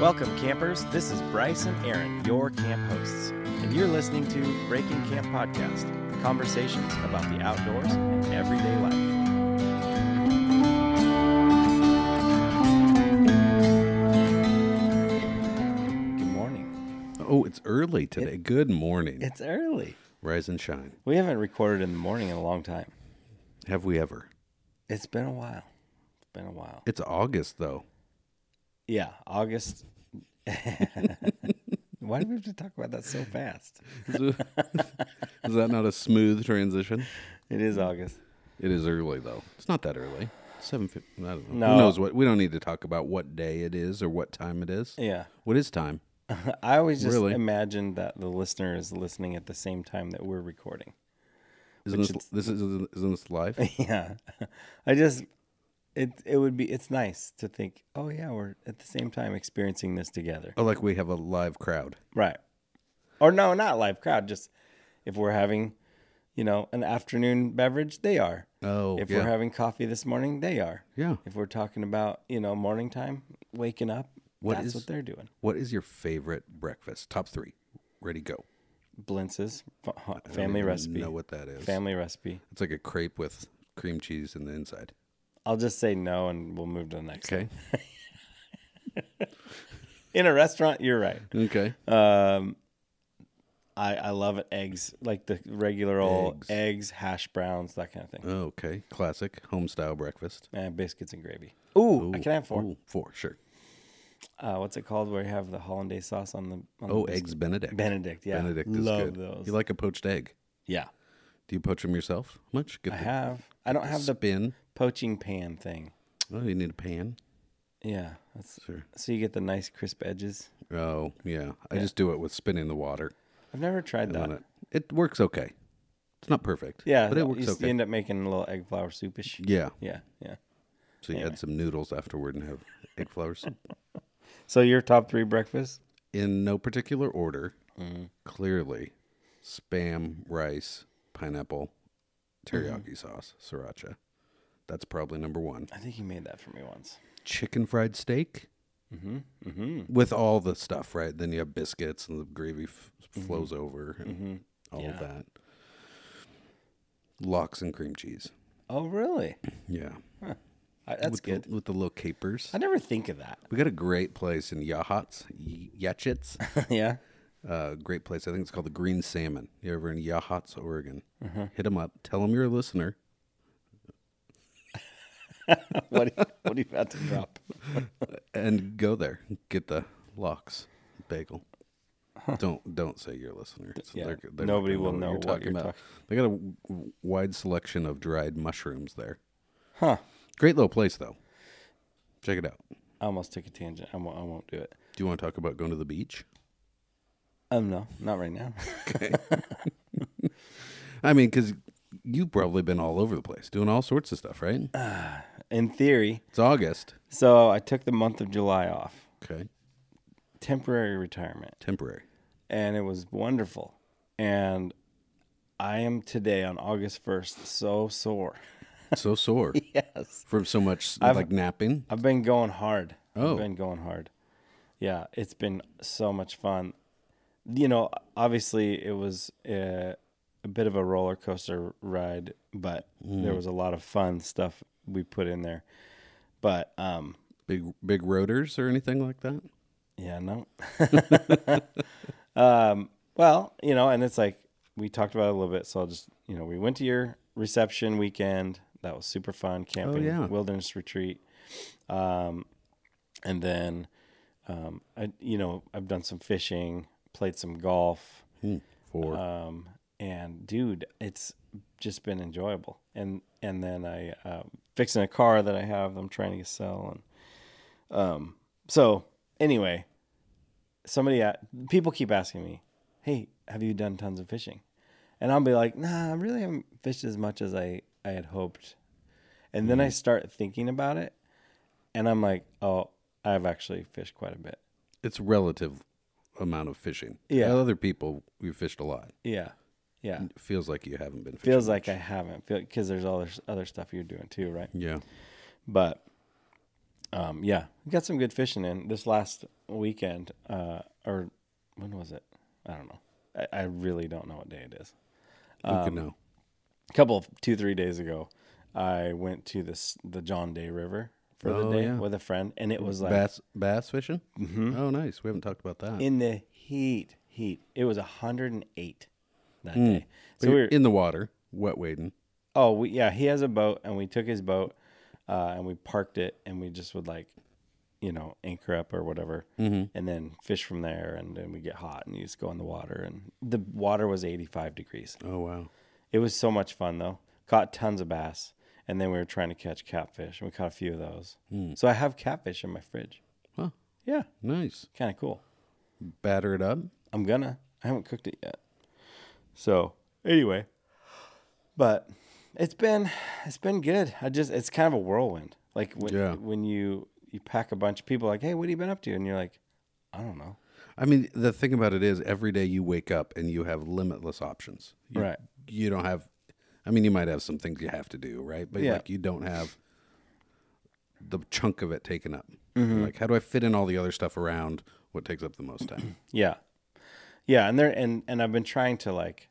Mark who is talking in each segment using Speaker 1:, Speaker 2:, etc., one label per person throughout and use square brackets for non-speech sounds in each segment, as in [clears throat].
Speaker 1: Welcome, campers. This is Bryce and Aaron, your camp hosts, and you're listening to Breaking Camp Podcast conversations about the outdoors and everyday life. Good morning.
Speaker 2: Oh, it's early today. Good morning.
Speaker 1: It's early.
Speaker 2: Rise and shine.
Speaker 1: We haven't recorded in the morning in a long time.
Speaker 2: Have we ever?
Speaker 1: It's been a while. It's been a while.
Speaker 2: It's
Speaker 1: [laughs]
Speaker 2: August though.
Speaker 1: Yeah, August. [laughs] Why do we have to talk about that so fast?
Speaker 2: Is, it- is that not a smooth transition?
Speaker 1: It is August.
Speaker 2: It is early though. It's not that early. Seven fifty. I don't know.
Speaker 1: No.
Speaker 2: Who knows what? We don't need to talk about what day it is or what time it is.
Speaker 1: Yeah.
Speaker 2: What is time?
Speaker 1: [laughs] I always just
Speaker 2: Really?
Speaker 1: imagine that the listener is listening at the same time that we're recording. [laughs]
Speaker 2: Isn't this, this is isn't this live?
Speaker 1: Yeah. I just it it would be it's nice to think, oh yeah, we're at the same time experiencing this together.
Speaker 2: Oh, like we have a live crowd.
Speaker 1: Right. Or no, not live crowd, just if we're having, you know, an afternoon beverage, they are.
Speaker 2: Oh,
Speaker 1: if
Speaker 2: yeah.
Speaker 1: we're having coffee this morning, they are.
Speaker 2: Yeah.
Speaker 1: If we're talking about, you know, morning time, waking up,
Speaker 2: What
Speaker 1: that's
Speaker 2: is-
Speaker 1: what they're doing.
Speaker 2: what is your favorite breakfast? Top three. Ready go.
Speaker 1: Blintz's fa-
Speaker 2: I don't
Speaker 1: family
Speaker 2: even
Speaker 1: recipe.
Speaker 2: Know what that is?
Speaker 1: Family recipe.
Speaker 2: It's like a crepe with cream cheese in the inside.
Speaker 1: I'll just say no and we'll move to the next.
Speaker 2: Okay.
Speaker 1: In a restaurant, you're right.
Speaker 2: Okay.
Speaker 1: Uh, I, I love it. Eggs, like the regular old eggs,
Speaker 2: Eggs.
Speaker 1: hash browns, that kind of thing.
Speaker 2: Oh, Okay, classic home style breakfast.
Speaker 1: And biscuits and gravy. Ooh, I
Speaker 2: Ooh,
Speaker 1: can have four.
Speaker 2: ooh, four, sure.
Speaker 1: Uh, what's it called where you have the hollandaise sauce on the. On
Speaker 2: Oh,
Speaker 1: the
Speaker 2: eggs Benedict.
Speaker 1: Benedict, yeah.
Speaker 2: Benedict is
Speaker 1: love
Speaker 2: good.
Speaker 1: those.
Speaker 2: You like a poached egg?
Speaker 1: yeah,
Speaker 2: Do you poach them yourself much? Good.
Speaker 1: I have. I don't have the
Speaker 2: spin.
Speaker 1: poaching pan thing.
Speaker 2: Oh, you need a pan.
Speaker 1: Yeah, that's,
Speaker 2: Sure.
Speaker 1: so you get the nice crisp edges.
Speaker 2: Oh, yeah. I just do it with spinning the water
Speaker 1: I've never tried that.
Speaker 2: on it. It works okay. It's not perfect.
Speaker 1: Uh, Yeah,
Speaker 2: but
Speaker 1: you
Speaker 2: it works
Speaker 1: s- you,
Speaker 2: okay.
Speaker 1: end up making a little egg flour soupish.
Speaker 2: yeah.
Speaker 1: Yeah, yeah.
Speaker 2: So you add some noodles afterward and have egg flowers
Speaker 1: So your top three breakfasts?
Speaker 2: in no particular order.
Speaker 1: Mm-hmm.
Speaker 2: Clearly, spam, rice, pineapple,
Speaker 1: Mm-hmm.
Speaker 2: teriyaki sauce, sriracha. That's probably number one.
Speaker 1: I think you made that for me once.
Speaker 2: chicken fried steak
Speaker 1: Mm-hmm.
Speaker 2: with all the stuff, right? Then you have biscuits and the gravy f-
Speaker 1: Mm-hmm.
Speaker 2: flows over and all of that. Locks and cream cheese.
Speaker 1: Oh, really?
Speaker 2: Yeah.
Speaker 1: I, that's
Speaker 2: with
Speaker 1: good.
Speaker 2: The, with the little capers.
Speaker 1: I never think of that.
Speaker 2: We got a great place in Yahats, Y- Yachits.
Speaker 1: yeah.
Speaker 2: uh, great place. I think it's called the Green Salmon. You're ever in Yahats, Oregon.
Speaker 1: Mm-hmm.
Speaker 2: Hit them up. Tell them you're a listener.
Speaker 1: [laughs] What are, you- what are you about to drop?
Speaker 2: and go there get the locks bagel don't don't say you're a listener So
Speaker 1: yeah,
Speaker 2: not
Speaker 1: nobody
Speaker 2: gonna
Speaker 1: will know what you're talking-
Speaker 2: they got a w- w- wide selection of dried mushrooms there
Speaker 1: Huh.
Speaker 2: great little place though check it out do
Speaker 1: I almost took a tangent. I won't, I won't do it.
Speaker 2: you want to talk about going to the beach
Speaker 1: Um, no, not right now. [laughs]
Speaker 2: i mean because you've probably been all over the place doing all sorts of stuff right
Speaker 1: Uh, In theory.
Speaker 2: it's august
Speaker 1: So I took the month of July off,
Speaker 2: okay
Speaker 1: temporary retirement,
Speaker 2: temporary
Speaker 1: and it was wonderful. And I am today on August 1st so sore. [laughs]
Speaker 2: so sore
Speaker 1: Yes.
Speaker 2: from so much like napping
Speaker 1: I've been going hard.
Speaker 2: Oh.
Speaker 1: I've been going hard. Yeah, it's been so much fun. You know, obviously it was a, a bit of a roller coaster ride, but there was a lot of fun stuff we put in there. But um
Speaker 2: big big rotors or anything like that
Speaker 1: yeah, no. [laughs] um well, you know, and it's like we talked about it a little bit, so I'll just, you know, we went to your reception weekend. That was super fun camping,
Speaker 2: yeah.
Speaker 1: wilderness retreat. Um, and then um, I, you know I've done some fishing, played some golf,
Speaker 2: for
Speaker 1: um, and dude, it's just been enjoyable. And and then I uh, fixing a car that I have, I'm trying to sell, and um, so anyway, somebody at, people keep asking me, hey, have you done tons of fishing? And I'll be like, nah, I really haven't fished as much as I I had hoped. And then I start thinking about it, and I'm like, oh, I've actually fished quite a bit.
Speaker 2: it's relative amount of fishing.
Speaker 1: Yeah.
Speaker 2: With Other people, we've fished a lot.
Speaker 1: Yeah, yeah.
Speaker 2: It feels like you haven't been fishing.
Speaker 1: feels like I haven't because there's all this other stuff you're doing too, right?
Speaker 2: yeah.
Speaker 1: But um, yeah, we got some good fishing in this last weekend. Uh, or when was it? I don't know. I, I really don't know what day it is.
Speaker 2: Who
Speaker 1: Um,
Speaker 2: could know?
Speaker 1: A couple, of, two, three days ago, I went to this the John Day River for the
Speaker 2: Oh,
Speaker 1: day
Speaker 2: yeah.
Speaker 1: with a friend, and it was like
Speaker 2: Bass bass fishing? Mm-hmm. Oh, nice. We haven't talked about that.
Speaker 1: in the heat, heat. It was 108 that day.
Speaker 2: Hmm. But
Speaker 1: So we
Speaker 2: you're
Speaker 1: were,
Speaker 2: in the water, wet wading.
Speaker 1: oh, we, yeah, he has a boat, and we took his boat, uh, and we parked it, and we just would like, you know, anchor up or whatever, and then fish from there, and then we get hot, and you just go in the water, and the water was 85 degrees.
Speaker 2: Oh wow.
Speaker 1: It was so much fun though. Caught tons of bass, and then we were trying to catch catfish, and we caught a few of those. So I have catfish in my fridge.
Speaker 2: Huh.
Speaker 1: Yeah,
Speaker 2: Nice.
Speaker 1: kind of cool.
Speaker 2: Batter it up.
Speaker 1: I'm gonna. I haven't cooked it yet. So anyway, but it's been it's been good. I just it's kind of a whirlwind. Like when
Speaker 2: Yeah.
Speaker 1: when you you pack a bunch of people, like, hey, what have you been up to? And you're like, I don't know.
Speaker 2: I mean, the thing about it is every day you wake up and you have limitless options. You,
Speaker 1: Right.
Speaker 2: You don't have I mean, you might have some things you have to do, right? But
Speaker 1: Yeah.
Speaker 2: like you don't have the chunk of it taken up. Like how do I fit in all the other stuff around what takes up the most [clears throat] time?
Speaker 1: Yeah, yeah. And there and and I've been trying to like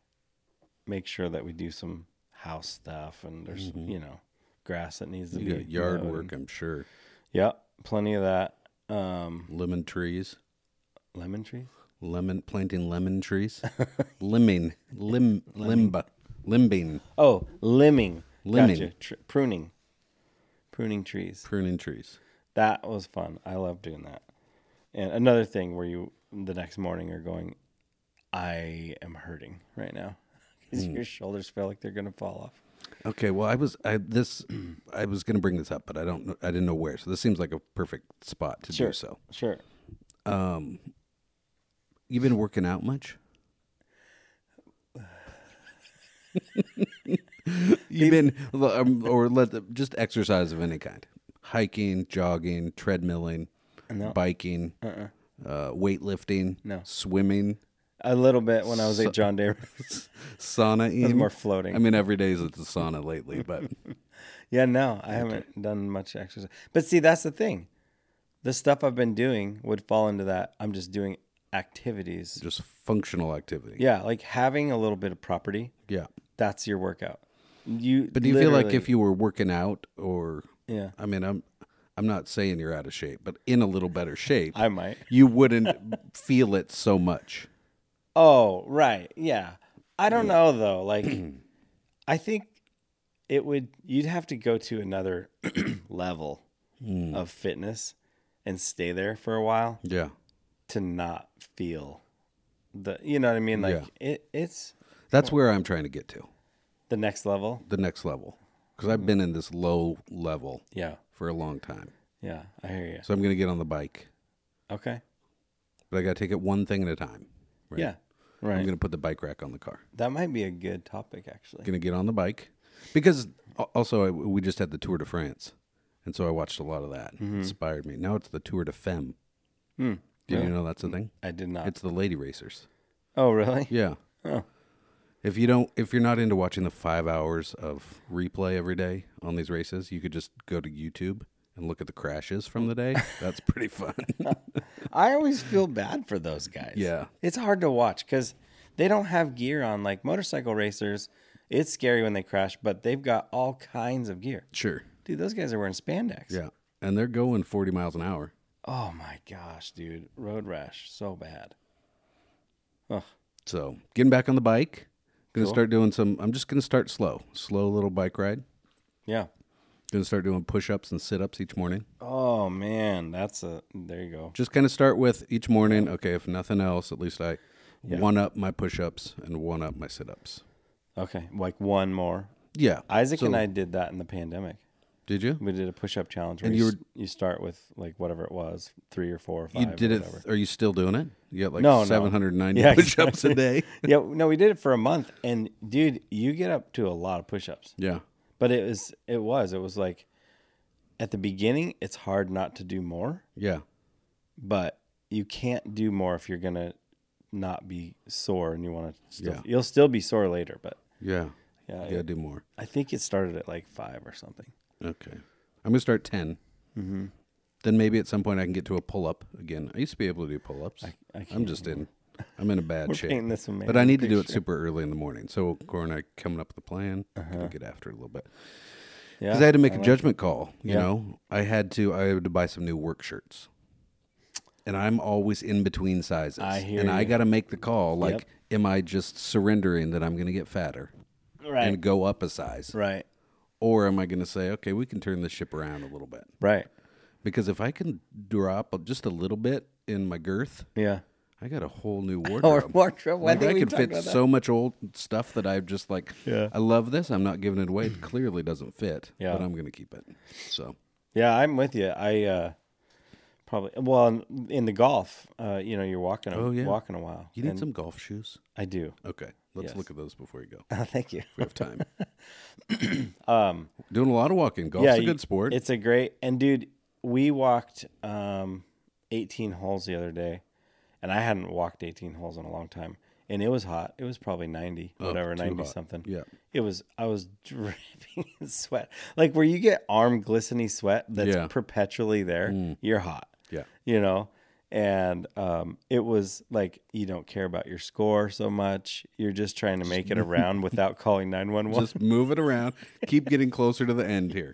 Speaker 1: make sure that we do some house stuff and there's you know grass that needs to
Speaker 2: You
Speaker 1: be
Speaker 2: got yard
Speaker 1: mowed.
Speaker 2: work, I'm sure.
Speaker 1: Yep, plenty of that. Um,
Speaker 2: Lemon trees.
Speaker 1: lemon trees.
Speaker 2: Lemon planting lemon trees. [laughs] Limbing. Lim limba. Limbing.
Speaker 1: Oh, limbing.
Speaker 2: Limbing.
Speaker 1: Gotcha. Tr- pruning. Pruning trees.
Speaker 2: Pruning trees.
Speaker 1: That was fun. I love doing that. And another thing where you the next morning are going, I am hurting right now [laughs] because your shoulders feel like they're going to fall off.
Speaker 2: Okay, well, I was I this [clears throat] I was going to bring this up, but I don't know, I didn't know where. So this seems like a perfect spot to
Speaker 1: Sure.
Speaker 2: do so.
Speaker 1: Sure.
Speaker 2: You've been working out much? You've been um, or let the, just exercise of any kind. Hiking, jogging, treadmilling, biking, uh weightlifting,
Speaker 1: Uh-uh. No.
Speaker 2: swimming,
Speaker 1: A little bit when I was at John [laughs] Day.
Speaker 2: sauna.
Speaker 1: more floating.
Speaker 2: I mean, every day is at the sauna lately, but
Speaker 1: [laughs] yeah, no, I haven't done much exercise. But see, that's the thing. The stuff I've been doing would fall into that. I'm just doing activities.
Speaker 2: just functional activity.
Speaker 1: Yeah, like having a little bit of property.
Speaker 2: Yeah.
Speaker 1: That's your workout. You
Speaker 2: But do you feel like if you were working out or
Speaker 1: Yeah.
Speaker 2: I mean I'm I'm not saying you're out of shape, but in a little better shape,
Speaker 1: I might.
Speaker 2: you wouldn't feel it so much.
Speaker 1: Oh, right. Yeah. I don't know though.
Speaker 2: [clears throat]
Speaker 1: Like I think it would you'd have to go to another [clears throat] level
Speaker 2: Hmm.
Speaker 1: of fitness and stay there for a while
Speaker 2: Yeah.
Speaker 1: to not feel the you know what I mean? Like it it's
Speaker 2: That's where I'm trying to get to.
Speaker 1: the next level.
Speaker 2: The next level. Cuz I've been in this low level
Speaker 1: Yeah.
Speaker 2: for a long time.
Speaker 1: Yeah. I hear you.
Speaker 2: So I'm going to get on the bike,
Speaker 1: Okay.
Speaker 2: but I got to take it one thing at a time. Right?
Speaker 1: Yeah.
Speaker 2: I'm
Speaker 1: Right.
Speaker 2: going to put the bike rack on the car.
Speaker 1: That might be a good topic actually.
Speaker 2: Going to get on the bike because al- also I, we just had the Tour de France. And so I watched a lot of that. It inspired me. Now it's the Tour de Femme. Did you know that's a thing?
Speaker 1: I did not.
Speaker 2: It's the lady racers.
Speaker 1: oh, really?
Speaker 2: Yeah.
Speaker 1: Oh.
Speaker 2: If you don't, if you're not into watching the five hours of replay every day on these races, you could just go to YouTube and look at the crashes from the day. That's pretty fun.
Speaker 1: I always feel bad for those guys.
Speaker 2: Yeah.
Speaker 1: It's hard to watch because they don't have gear on like motorcycle racers. It's scary when they crash, but they've got all kinds of gear.
Speaker 2: sure.
Speaker 1: Dude, those guys are wearing spandex.
Speaker 2: Yeah. And they're going 40 miles an hour.
Speaker 1: Oh my gosh, dude. Road rash, so bad. Ugh.
Speaker 2: So getting back on the bike, gonna start doing some. I'm just gonna start slow, slow little bike ride.
Speaker 1: Yeah.
Speaker 2: Gonna start doing push-ups and sit-ups each morning.
Speaker 1: Oh man, that's a there you go.
Speaker 2: Just kind of start with each morning. Okay, if nothing else, at least I one up my push-ups and one up my sit-ups.
Speaker 1: Okay, like one more.
Speaker 2: Yeah,
Speaker 1: Isaac
Speaker 2: So-
Speaker 1: and I did that in the pandemic.
Speaker 2: Did you?
Speaker 1: We did a push-up challenge. Where
Speaker 2: And
Speaker 1: you
Speaker 2: you
Speaker 1: s- you start with like whatever it was, three or four or five.
Speaker 2: You
Speaker 1: or
Speaker 2: did it.
Speaker 1: whatever.
Speaker 2: Are you still doing it? You got like
Speaker 1: No, no. [laughs]
Speaker 2: 790
Speaker 1: Yeah,
Speaker 2: push ups a day.
Speaker 1: [laughs] yeah, no, we did it for a month, and dude, you get up to a lot of push-ups.
Speaker 2: Yeah.
Speaker 1: But it was, it was, it was like, at the beginning, it's hard not to do more,
Speaker 2: Yeah.
Speaker 1: but you can't do more if you're gonna not be sore and you want to. Still,
Speaker 2: Yeah.
Speaker 1: You'll still be sore later, but
Speaker 2: Yeah.
Speaker 1: yeah,
Speaker 2: You got to do more.
Speaker 1: I think it started at like five or something. Mm-hmm.
Speaker 2: Okay. I'm going to start 10. Then maybe at some point I can get to a pull up again. I used to be able to do pull ups.
Speaker 1: I
Speaker 2: I'm
Speaker 1: can't
Speaker 2: just in. I'm in a
Speaker 1: [laughs]
Speaker 2: bad
Speaker 1: We're
Speaker 2: shape.
Speaker 1: painting this amazing.
Speaker 2: But I need to do it
Speaker 1: picture. Uh-huh.
Speaker 2: super early in the morning. So Corin and I coming up with a plan. We'll get after it a little bit.
Speaker 1: Yeah,
Speaker 2: Because I had to make
Speaker 1: a
Speaker 2: a judgment call. You
Speaker 1: Yeah.
Speaker 2: know, I had to. I had to buy some new work shirts, and I'm always in between sizes.
Speaker 1: I hear
Speaker 2: and I
Speaker 1: you.
Speaker 2: got to make the call. Like,
Speaker 1: Yep.
Speaker 2: am I just surrendering that I'm going to get fatter
Speaker 1: right,
Speaker 2: and go up a size,
Speaker 1: right,
Speaker 2: or am I going to say, okay, we can turn this ship around a little bit?
Speaker 1: right.
Speaker 2: Because if I can drop just a little bit in my girth,
Speaker 1: Yeah.
Speaker 2: I got a whole new
Speaker 1: [laughs] Or
Speaker 2: wardrobe.
Speaker 1: wardrobe.
Speaker 2: Like,
Speaker 1: I think
Speaker 2: I
Speaker 1: we
Speaker 2: can
Speaker 1: talked
Speaker 2: fit
Speaker 1: about that.
Speaker 2: so much old stuff that I've just like,
Speaker 1: Yeah.
Speaker 2: I love this. I'm not giving it
Speaker 1: [clears throat]
Speaker 2: away. It clearly doesn't fit,
Speaker 1: Yeah.
Speaker 2: but I'm going to keep it. So,
Speaker 1: Yeah, I'm with you. I uh, probably well in- in the golf. Uh, you know, you're walking. A,
Speaker 2: Oh, yeah.
Speaker 1: walking a while.
Speaker 2: you need
Speaker 1: and
Speaker 2: some golf shoes?
Speaker 1: I do. [laughs]
Speaker 2: Okay. Let's
Speaker 1: Yes.
Speaker 2: look at those before you go. If
Speaker 1: Thank you.
Speaker 2: we have
Speaker 1: [laughs]
Speaker 2: time.
Speaker 1: Um,
Speaker 2: Doing a lot of walking. Golf's a
Speaker 1: you-
Speaker 2: good sport.
Speaker 1: It's a great and dude, we walked um, 18 holes the other day, and I hadn't walked 18 holes in a long time, and it was hot. It was probably 90, whatever, 90
Speaker 2: Oh, hot.
Speaker 1: something.
Speaker 2: Yeah.
Speaker 1: It was. I was [laughs] dripping in sweat, like where you get arm glistening sweat that's
Speaker 2: Yeah. Mm.
Speaker 1: perpetually there. You're hot.
Speaker 2: Yeah.
Speaker 1: You know. And um, it was like you don't care about your score so much. You're just trying to
Speaker 2: [laughs]
Speaker 1: make it around without calling nine one one.
Speaker 2: Just move it around.
Speaker 1: [laughs]
Speaker 2: Keep getting closer to the end here.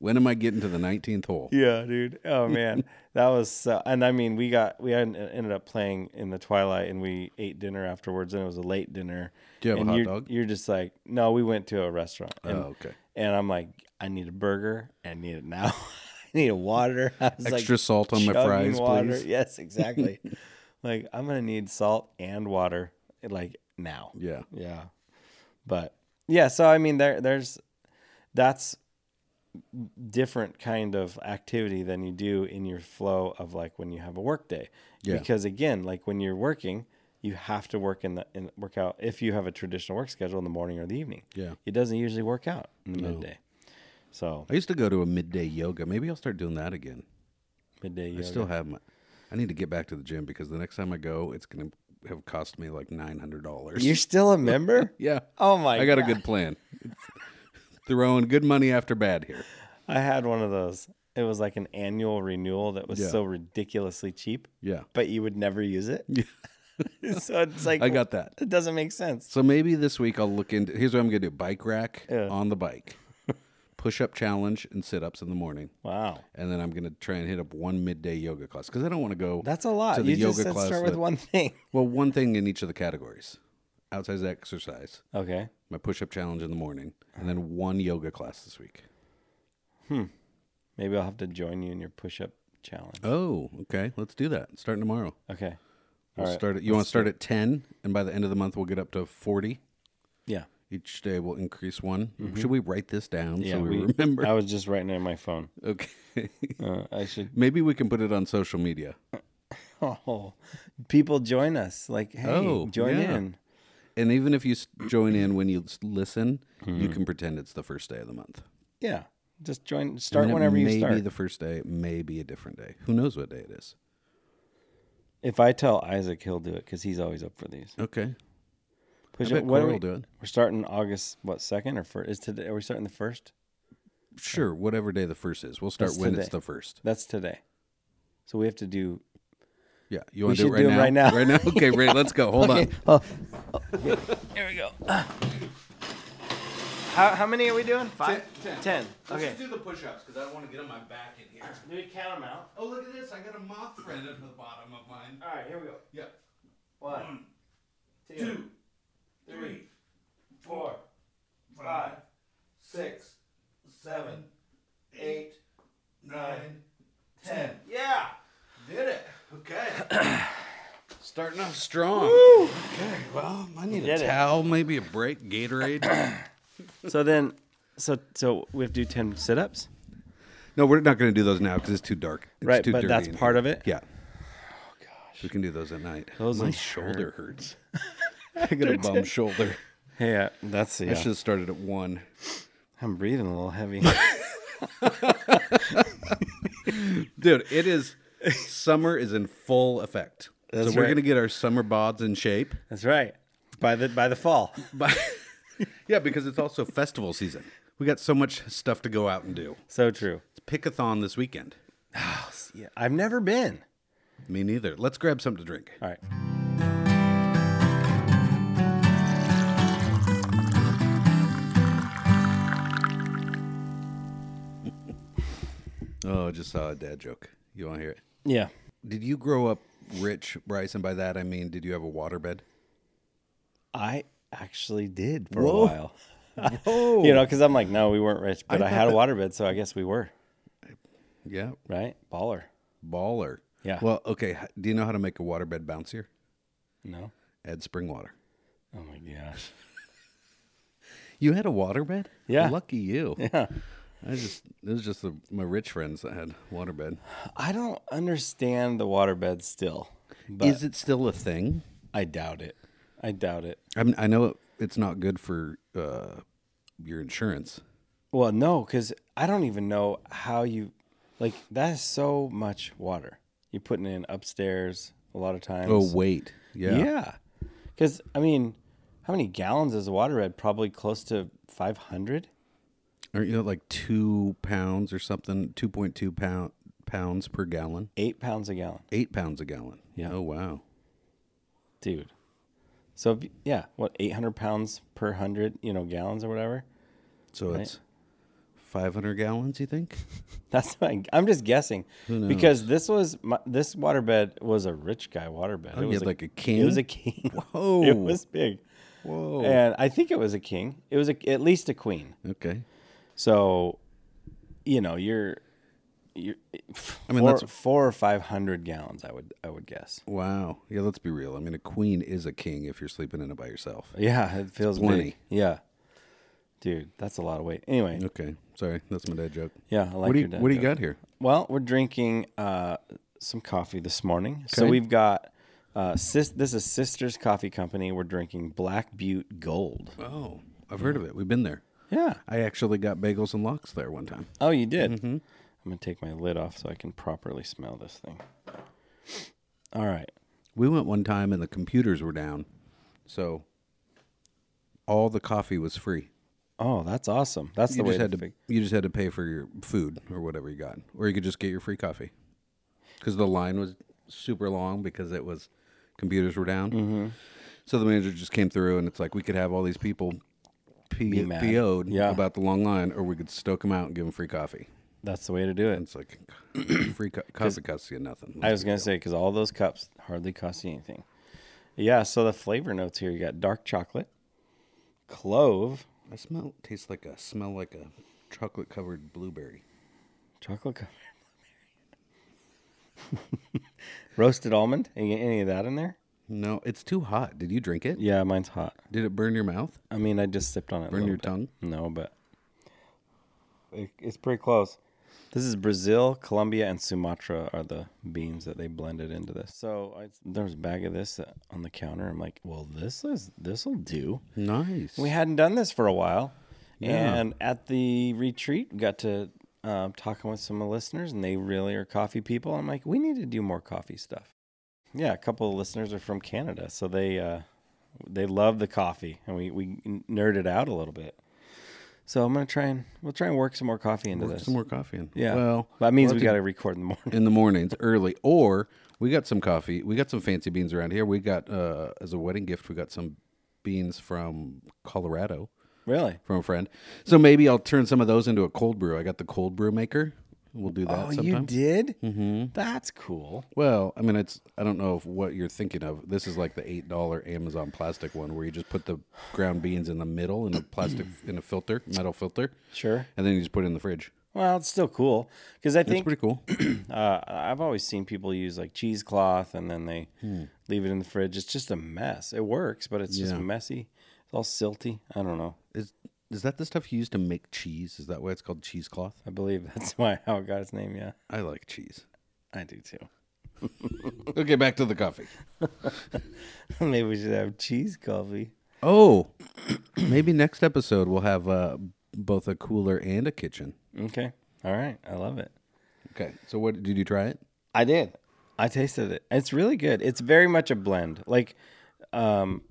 Speaker 2: When am I getting to the 19th hole?
Speaker 1: Yeah, dude. Oh man, that was. So, and I mean, we got we en- ended up playing in the twilight, and we ate dinner afterwards, and it was a late dinner.
Speaker 2: Do you have a
Speaker 1: and
Speaker 2: hot
Speaker 1: you're,
Speaker 2: dog?
Speaker 1: You're just like, no, we went to a restaurant, and,
Speaker 2: Oh, okay.
Speaker 1: and I'm like, I need a burger, I need it now, [laughs] I need a water, I was
Speaker 2: Extra
Speaker 1: like,
Speaker 2: salt on my
Speaker 1: chugging
Speaker 2: fries,
Speaker 1: water.
Speaker 2: please. [laughs]
Speaker 1: Yes, exactly. like I'm gonna need salt and water, like now.
Speaker 2: Yeah.
Speaker 1: Yeah. But yeah, so I mean there there's that's different kind of activity than you do in your flow of like when you have a work day.
Speaker 2: Yeah.
Speaker 1: Because again, like when you're working, you have to work in the in work out if you have a traditional work schedule in the morning or the evening.
Speaker 2: Yeah.
Speaker 1: It doesn't usually work out in the midday. So
Speaker 2: I used to go to a midday yoga. Maybe I'll start doing that again.
Speaker 1: midday yoga.
Speaker 2: I still have my. I need to get back to the gym because the next time I go, it's going to have cost me like nine hundred dollars.
Speaker 1: you're still a
Speaker 2: [laughs]
Speaker 1: member?
Speaker 2: Yeah.
Speaker 1: Oh my
Speaker 2: I got
Speaker 1: God.
Speaker 2: a
Speaker 1: [laughs]
Speaker 2: good plan. Throwing good money after bad here.
Speaker 1: I had one of those. It was like an annual renewal that was
Speaker 2: Yeah.
Speaker 1: so ridiculously cheap,
Speaker 2: Yeah.
Speaker 1: but you would never use it. [laughs] so it's like
Speaker 2: I got that.
Speaker 1: It doesn't make sense.
Speaker 2: So maybe this week I'll look into. Here's what I'm going to do: bike rack
Speaker 1: Yeah.
Speaker 2: on the bike, [laughs] push up challenge, and sit ups in the morning.
Speaker 1: Wow.
Speaker 2: And then I'm going to try and hit up one midday yoga class because I don't want to go.
Speaker 1: That's a lot.
Speaker 2: To the
Speaker 1: you just
Speaker 2: yoga
Speaker 1: said
Speaker 2: class
Speaker 1: start with
Speaker 2: that-
Speaker 1: one thing.
Speaker 2: well one thing in each of the categories: outside exercise,
Speaker 1: Okay.
Speaker 2: my push up challenge in the morning, and then one yoga class this week.
Speaker 1: Maybe I'll have to join you in your push up challenge.
Speaker 2: Oh, okay. Let's do that. Starting tomorrow.
Speaker 1: Okay.
Speaker 2: We'll
Speaker 1: All right.
Speaker 2: start at, you want to start at 10 and by the end of the month we'll get up to 40.
Speaker 1: Yeah.
Speaker 2: Each day we'll increase one. Should we write this down
Speaker 1: Mm-hmm. Yeah.
Speaker 2: so we,
Speaker 1: we-
Speaker 2: remember?
Speaker 1: I was just writing it on my phone.
Speaker 2: okay. [laughs]
Speaker 1: Uh, I should. [laughs]
Speaker 2: Maybe we can put it on social media.
Speaker 1: Oh, people join us. Like, hey,
Speaker 2: Oh,
Speaker 1: join
Speaker 2: yeah.
Speaker 1: in.
Speaker 2: And even if you s- join in when you s- listen,
Speaker 1: Mm-hmm.
Speaker 2: you can pretend it's the first day of the month.
Speaker 1: Yeah. Just join. Start
Speaker 2: And it
Speaker 1: whenever you
Speaker 2: may be
Speaker 1: start.
Speaker 2: the first day, it may be a different day. Who knows what day it is?
Speaker 1: if I tell Isaac, he'll do it because he's always up for these.
Speaker 2: Okay.
Speaker 1: Push up.
Speaker 2: I bet
Speaker 1: What are
Speaker 2: Corey
Speaker 1: we,
Speaker 2: will do it.
Speaker 1: We're starting August. What second or first? Is today? Are we starting the first?
Speaker 2: Sure, whatever day the first is. We'll start
Speaker 1: That's
Speaker 2: when it's
Speaker 1: today.
Speaker 2: the first.
Speaker 1: That's today. So we have to do.
Speaker 2: Yeah. You want to do
Speaker 1: should
Speaker 2: it
Speaker 1: do
Speaker 2: right
Speaker 1: it
Speaker 2: now?
Speaker 1: right now.
Speaker 2: Right now? Okay, Ray, let's go. Hold on.
Speaker 1: Oh, here we go. [sighs] How, how many are we doing? Five?
Speaker 2: Ten.
Speaker 1: Ten. Okay.
Speaker 2: do the push ups because I don't want to get on my back in here.
Speaker 1: Do we count them out?
Speaker 2: Oh, look at this. I got a moth thread at the bottom of mine.
Speaker 1: All right, here we go.
Speaker 2: Yep.
Speaker 1: One, two, three, four, five, six, seven, eight,
Speaker 2: Nine, ten.
Speaker 1: yeah.
Speaker 2: Did it. Okay. [clears throat] Starting off strong. Okay. Well, I need
Speaker 1: Did
Speaker 2: a
Speaker 1: it.
Speaker 2: towel, maybe a break, Gatorade. [clears throat]
Speaker 1: So then, so so we have to do ten sit-ups,
Speaker 2: no, we're not going to do those now because it's too dark. It's
Speaker 1: right?
Speaker 2: too
Speaker 1: But
Speaker 2: dirty
Speaker 1: that's
Speaker 2: in
Speaker 1: part
Speaker 2: here.
Speaker 1: of it. Oh,
Speaker 2: Yeah. We can do those at night.
Speaker 1: Those
Speaker 2: my
Speaker 1: would
Speaker 2: shoulder
Speaker 1: [laughs]
Speaker 2: hurts. [laughs] I got a bum shoulder.
Speaker 1: Hey, uh, that's
Speaker 2: I
Speaker 1: yeah.
Speaker 2: should have started at one.
Speaker 1: I'm breathing a little [laughs] heavy.
Speaker 2: Dude, it is summer is in full effect. so
Speaker 1: That's
Speaker 2: we're
Speaker 1: right.
Speaker 2: gonna get our summer bods in shape.
Speaker 1: that's right. By the by the fall.
Speaker 2: But [laughs] yeah, because it's also festival season. We got so much stuff to go out and do.
Speaker 1: So true.
Speaker 2: It's pickathon this weekend.
Speaker 1: Yeah, I've never been.
Speaker 2: Me neither. Let's grab something to drink.
Speaker 1: All right.
Speaker 2: Oh, I just saw a dad joke. You want to hear it?
Speaker 1: Yeah.
Speaker 2: Did you grow up rich, Bryce? And by that I mean, did you have a waterbed?
Speaker 1: I actually did for
Speaker 2: Whoa.
Speaker 1: a while.
Speaker 2: Oh,
Speaker 1: You know, because I'm like, no, we weren't rich, but I, had a waterbed, so I guess we were,
Speaker 2: yeah,
Speaker 1: right? Baller.
Speaker 2: baller.
Speaker 1: Yeah.
Speaker 2: Well, okay. h- Do you know how to make a waterbed bouncier?
Speaker 1: No?
Speaker 2: Add spring water.
Speaker 1: Oh my gosh.
Speaker 2: You had a waterbed?
Speaker 1: Yeah.
Speaker 2: Lucky you.
Speaker 1: [laughs] Yeah.
Speaker 2: I just it was just the, my rich friends that had waterbed.
Speaker 1: I don't understand the waterbed still, but
Speaker 2: Is it still a thing?
Speaker 1: I doubt it. I doubt it.
Speaker 2: I mean, I know it, it's not good for uh, your insurance.
Speaker 1: Well, no, because I don't even know how you like that is so much water you're putting in upstairs a lot of times.
Speaker 2: Oh wait, yeah.
Speaker 1: yeah, because I mean, how many gallons is a waterbed? Probably close to five hundred.
Speaker 2: Aren't you at like two pounds or something? Two point two pound pounds per gallon.
Speaker 1: Eight pounds a gallon,
Speaker 2: Eight pounds a gallon.
Speaker 1: Yeah.
Speaker 2: Oh wow.
Speaker 1: dude. So if, yeah, what eight hundred pounds per hundred, you know, gallons or whatever. [laughs]
Speaker 2: So it's five hundred gallons. You think? [laughs]
Speaker 1: That's my, I'm just guessing because this was my, this waterbed was a rich guy waterbed. it
Speaker 2: Oh, you
Speaker 1: was
Speaker 2: had like a
Speaker 1: It was
Speaker 2: king?
Speaker 1: a king. [laughs]
Speaker 2: Whoa.
Speaker 1: it was big.
Speaker 2: Whoa.
Speaker 1: And I think it was a king. It was a, at least a queen.
Speaker 2: Okay.
Speaker 1: So, you know, you're, you're. I
Speaker 2: mean,
Speaker 1: mean, four,
Speaker 2: that's-
Speaker 1: four or five hundred gallons. I would, I would guess.
Speaker 2: Wow. Yeah. Let's be real. I mean, a queen is a king if you're sleeping in it by yourself.
Speaker 1: Yeah, it feels
Speaker 2: plenty.
Speaker 1: big. Yeah, dude, that's a lot of weight. Anyway,
Speaker 2: Okay. Sorry, that's my dad joke.
Speaker 1: yeah, I like
Speaker 2: what do you
Speaker 1: your dad
Speaker 2: What do you
Speaker 1: joke.
Speaker 2: got here?
Speaker 1: Well, we're drinking uh, some coffee this morning. So
Speaker 2: Okay.
Speaker 1: we've got uh, sis- this is Sisters Coffee Company. We're drinking Black Butte Gold.
Speaker 2: Oh, I've heard of it. We've been there.
Speaker 1: Yeah.
Speaker 2: I actually got bagels and locks there one time.
Speaker 1: Oh, you did.
Speaker 2: Mm-hmm.
Speaker 1: I'm gonna take my lid off so I can properly smell this thing. All right.
Speaker 2: We went one time and the computers were down, so all the coffee was free.
Speaker 1: Oh, that's awesome. That's the
Speaker 2: You
Speaker 1: way
Speaker 2: just had to
Speaker 1: fig-
Speaker 2: you just had to pay for your food or whatever you got, or you could just get your free coffee because the line was super long because it was computers were down.
Speaker 1: Mm-hmm.
Speaker 2: So the manager just came through and it's like we could have all these people P-
Speaker 1: mad.
Speaker 2: PO'd
Speaker 1: Yeah.
Speaker 2: about the long line, or we could stoke them out and give them free coffee.
Speaker 1: That's the way to do it.
Speaker 2: It's like [clears throat]
Speaker 1: [clears throat]
Speaker 2: free co- coffee costs you nothing.
Speaker 1: I was gonna say because all those cups hardly cost you anything. Yeah. So the flavor notes here: you got dark chocolate, clove,
Speaker 2: I smell tastes like a smell like a chocolate covered blueberry.
Speaker 1: chocolate covered blueberry. [laughs] roasted almond. Any, any of that in there?
Speaker 2: No, it's too hot. Did you drink it?
Speaker 1: Yeah, mine's hot.
Speaker 2: Did it burn your mouth?
Speaker 1: I mean, I just sipped on it. a
Speaker 2: Burn
Speaker 1: little
Speaker 2: your
Speaker 1: bit.
Speaker 2: tongue?
Speaker 1: No, but it, it's pretty close. This is Brazil, Colombia, and Sumatra are the beans that they blended into this. So I, there's a bag of this uh, on the counter. I'm like, well, this is this will do.
Speaker 2: Nice.
Speaker 1: We hadn't done this for a while, and at the retreat, we got to um, talking with some of the listeners, and they really are coffee people. I'm like, we need to do more coffee stuff. Yeah, a couple of listeners are from Canada, so they uh, they love the coffee, and we we nerded out a little bit. So I'm gonna try and we'll try and work some more coffee into
Speaker 2: Work
Speaker 1: this.
Speaker 2: some more coffee in.
Speaker 1: yeah,
Speaker 2: Well,
Speaker 1: that means
Speaker 2: we'll
Speaker 1: we
Speaker 2: have
Speaker 1: got to record in the morning.
Speaker 2: to- in the mornings early, or we got some coffee. We got some fancy beans around here. We got uh, as a wedding gift. We got some beans from Colorado
Speaker 1: Really?
Speaker 2: from a friend. So maybe I'll turn some of those into a cold brew. I got the cold brew maker. We'll do that
Speaker 1: Oh,
Speaker 2: sometime.
Speaker 1: you did? Mm-hmm. That's cool.
Speaker 2: Well, I mean, it's I don't know if what you're thinking of. This is like the eight dollar Amazon plastic one, where you just put the ground beans in the middle in a
Speaker 1: [clears throat]
Speaker 2: plastic in a filter, metal filter,
Speaker 1: Sure.
Speaker 2: and then you just put it in the fridge.
Speaker 1: Well, it's still cool because I
Speaker 2: It's
Speaker 1: think
Speaker 2: pretty cool.
Speaker 1: uh, I've always seen people use like cheesecloth and then they leave it in the fridge. It's just a mess. It works, but it's just messy. It's all silty. I don't know.
Speaker 2: Is is that the stuff you use to make cheese? Is that why it's called cheesecloth?
Speaker 1: I believe [laughs] that's why how it got its name. Yeah,
Speaker 2: I like cheese.
Speaker 1: I do too. [laughs]
Speaker 2: Okay, back to the coffee.
Speaker 1: Maybe we should have cheese coffee.
Speaker 2: Oh, [clears throat] maybe next episode we'll have uh, both a cooler and a kitchen.
Speaker 1: Okay. All right. I love it.
Speaker 2: Okay, so what did you try it?
Speaker 1: I did. I tasted it. It's really good. It's very much a blend. Like, um,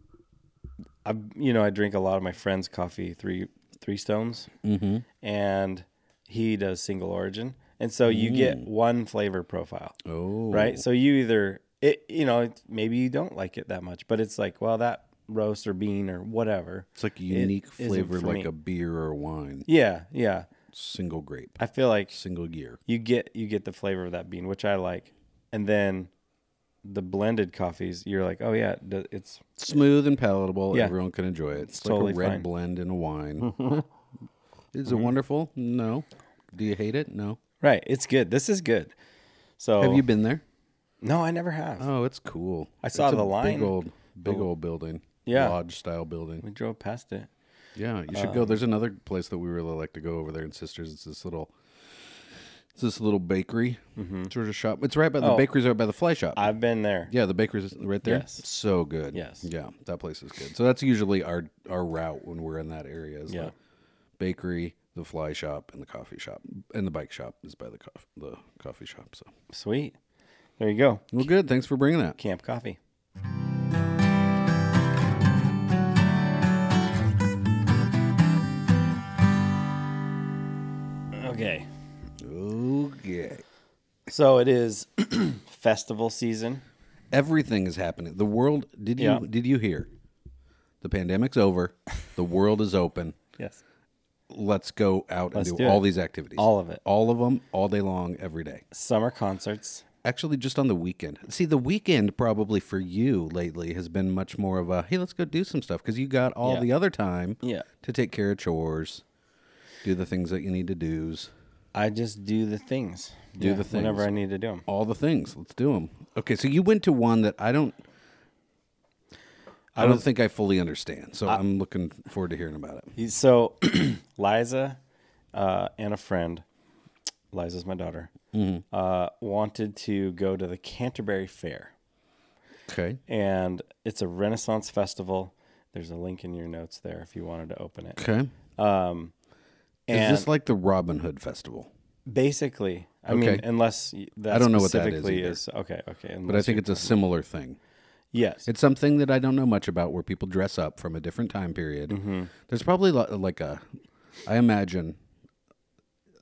Speaker 1: I you know I drink a lot of my friend's coffee three three stones, mm-hmm. and he does single origin, and so you get one flavor profile
Speaker 2: Oh,
Speaker 1: right? So you either it, you know, it's- maybe you don't like it that much, but it's like, well, that roast or bean or whatever.
Speaker 2: It's like a unique
Speaker 1: isn't
Speaker 2: flavor,
Speaker 1: for
Speaker 2: like
Speaker 1: me.
Speaker 2: a beer or wine.
Speaker 1: Yeah, yeah.
Speaker 2: Single grape,
Speaker 1: I feel like
Speaker 2: single year.
Speaker 1: you get you get the flavor of that bean, which I like, and then the blended coffees, you're like, oh yeah, it do- it's
Speaker 2: Smooth and palatable.
Speaker 1: Yeah.
Speaker 2: Everyone can enjoy it. It's, like
Speaker 1: totally
Speaker 2: a red
Speaker 1: fine. Mm-hmm.
Speaker 2: blend in
Speaker 1: [laughs]
Speaker 2: a wine. Is it wonderful? No. Do you hate it? No.
Speaker 1: right. It's good. This is good. So
Speaker 2: Have you been there?
Speaker 1: No, I never have.
Speaker 2: Oh, it's cool.
Speaker 1: Oh. I saw
Speaker 2: It's a
Speaker 1: the line.
Speaker 2: Big old, big old building.
Speaker 1: Yeah.
Speaker 2: Lodge style building.
Speaker 1: we drove past it.
Speaker 2: Yeah, you should go.
Speaker 1: Um,
Speaker 2: There's another place that we really like to go over there in Sisters. It's this little, it's this little bakery sort of shop. It's right by the
Speaker 1: Mm-hmm. Oh.
Speaker 2: bakery's right by the fly shop.
Speaker 1: I've been there.
Speaker 2: yeah, the bakery's right there.
Speaker 1: Yes.
Speaker 2: So good.
Speaker 1: Yes.
Speaker 2: Yeah, that place is good. So that's usually our our route when we're in that area. Is
Speaker 1: Yeah.
Speaker 2: the bakery, the fly shop, and the coffee shop, and the bike shop is by the cof- the coffee shop. So
Speaker 1: Sweet. There you go.
Speaker 2: well, good. Thanks for bringing that.
Speaker 1: Camp coffee. Okay.
Speaker 2: Okay.
Speaker 1: So it is [clears throat] festival season.
Speaker 2: Everything is happening. The world did you
Speaker 1: Yeah.
Speaker 2: did you hear? The pandemic's over. The world is open.
Speaker 1: Yes.
Speaker 2: Let's go out
Speaker 1: Let's
Speaker 2: and do,
Speaker 1: do
Speaker 2: all
Speaker 1: it.
Speaker 2: these activities.
Speaker 1: All of it.
Speaker 2: All of them all day long every day.
Speaker 1: Summer concerts.
Speaker 2: Actually just on the weekend. See, the weekend probably for you lately has been much more of a hey, let's go do some stuff cuz you got all
Speaker 1: Yeah.
Speaker 2: the other time
Speaker 1: Yeah.
Speaker 2: to take care of chores, do the things that you need to do's.
Speaker 1: I just do the things.
Speaker 2: Do the
Speaker 1: Whenever
Speaker 2: things.
Speaker 1: I need to do them.
Speaker 2: All the things. Let's do them. Okay, so you went to one that I don't I don't think I fully understand. So I, am looking forward to hearing about it.
Speaker 1: So [clears throat] Liza uh, and a friend, Liza's my daughter,
Speaker 2: Mm-hmm.
Speaker 1: uh, wanted to go to the Canterbury Fair.
Speaker 2: Okay.
Speaker 1: and it's a Renaissance festival. There's a link in your notes there if you wanted to open it.
Speaker 2: Okay.
Speaker 1: Um,
Speaker 2: Is
Speaker 1: and
Speaker 2: this like the Robin Hood Festival?
Speaker 1: basically, I mean,
Speaker 2: Okay.
Speaker 1: unless y- that
Speaker 2: don't know what that is
Speaker 1: specifically
Speaker 2: either.
Speaker 1: is okay, okay.
Speaker 2: But I think it's a similar thing.
Speaker 1: yes,
Speaker 2: It's something that I don't know much about where people dress up from a different time period. There's probably lo- like a, I imagine,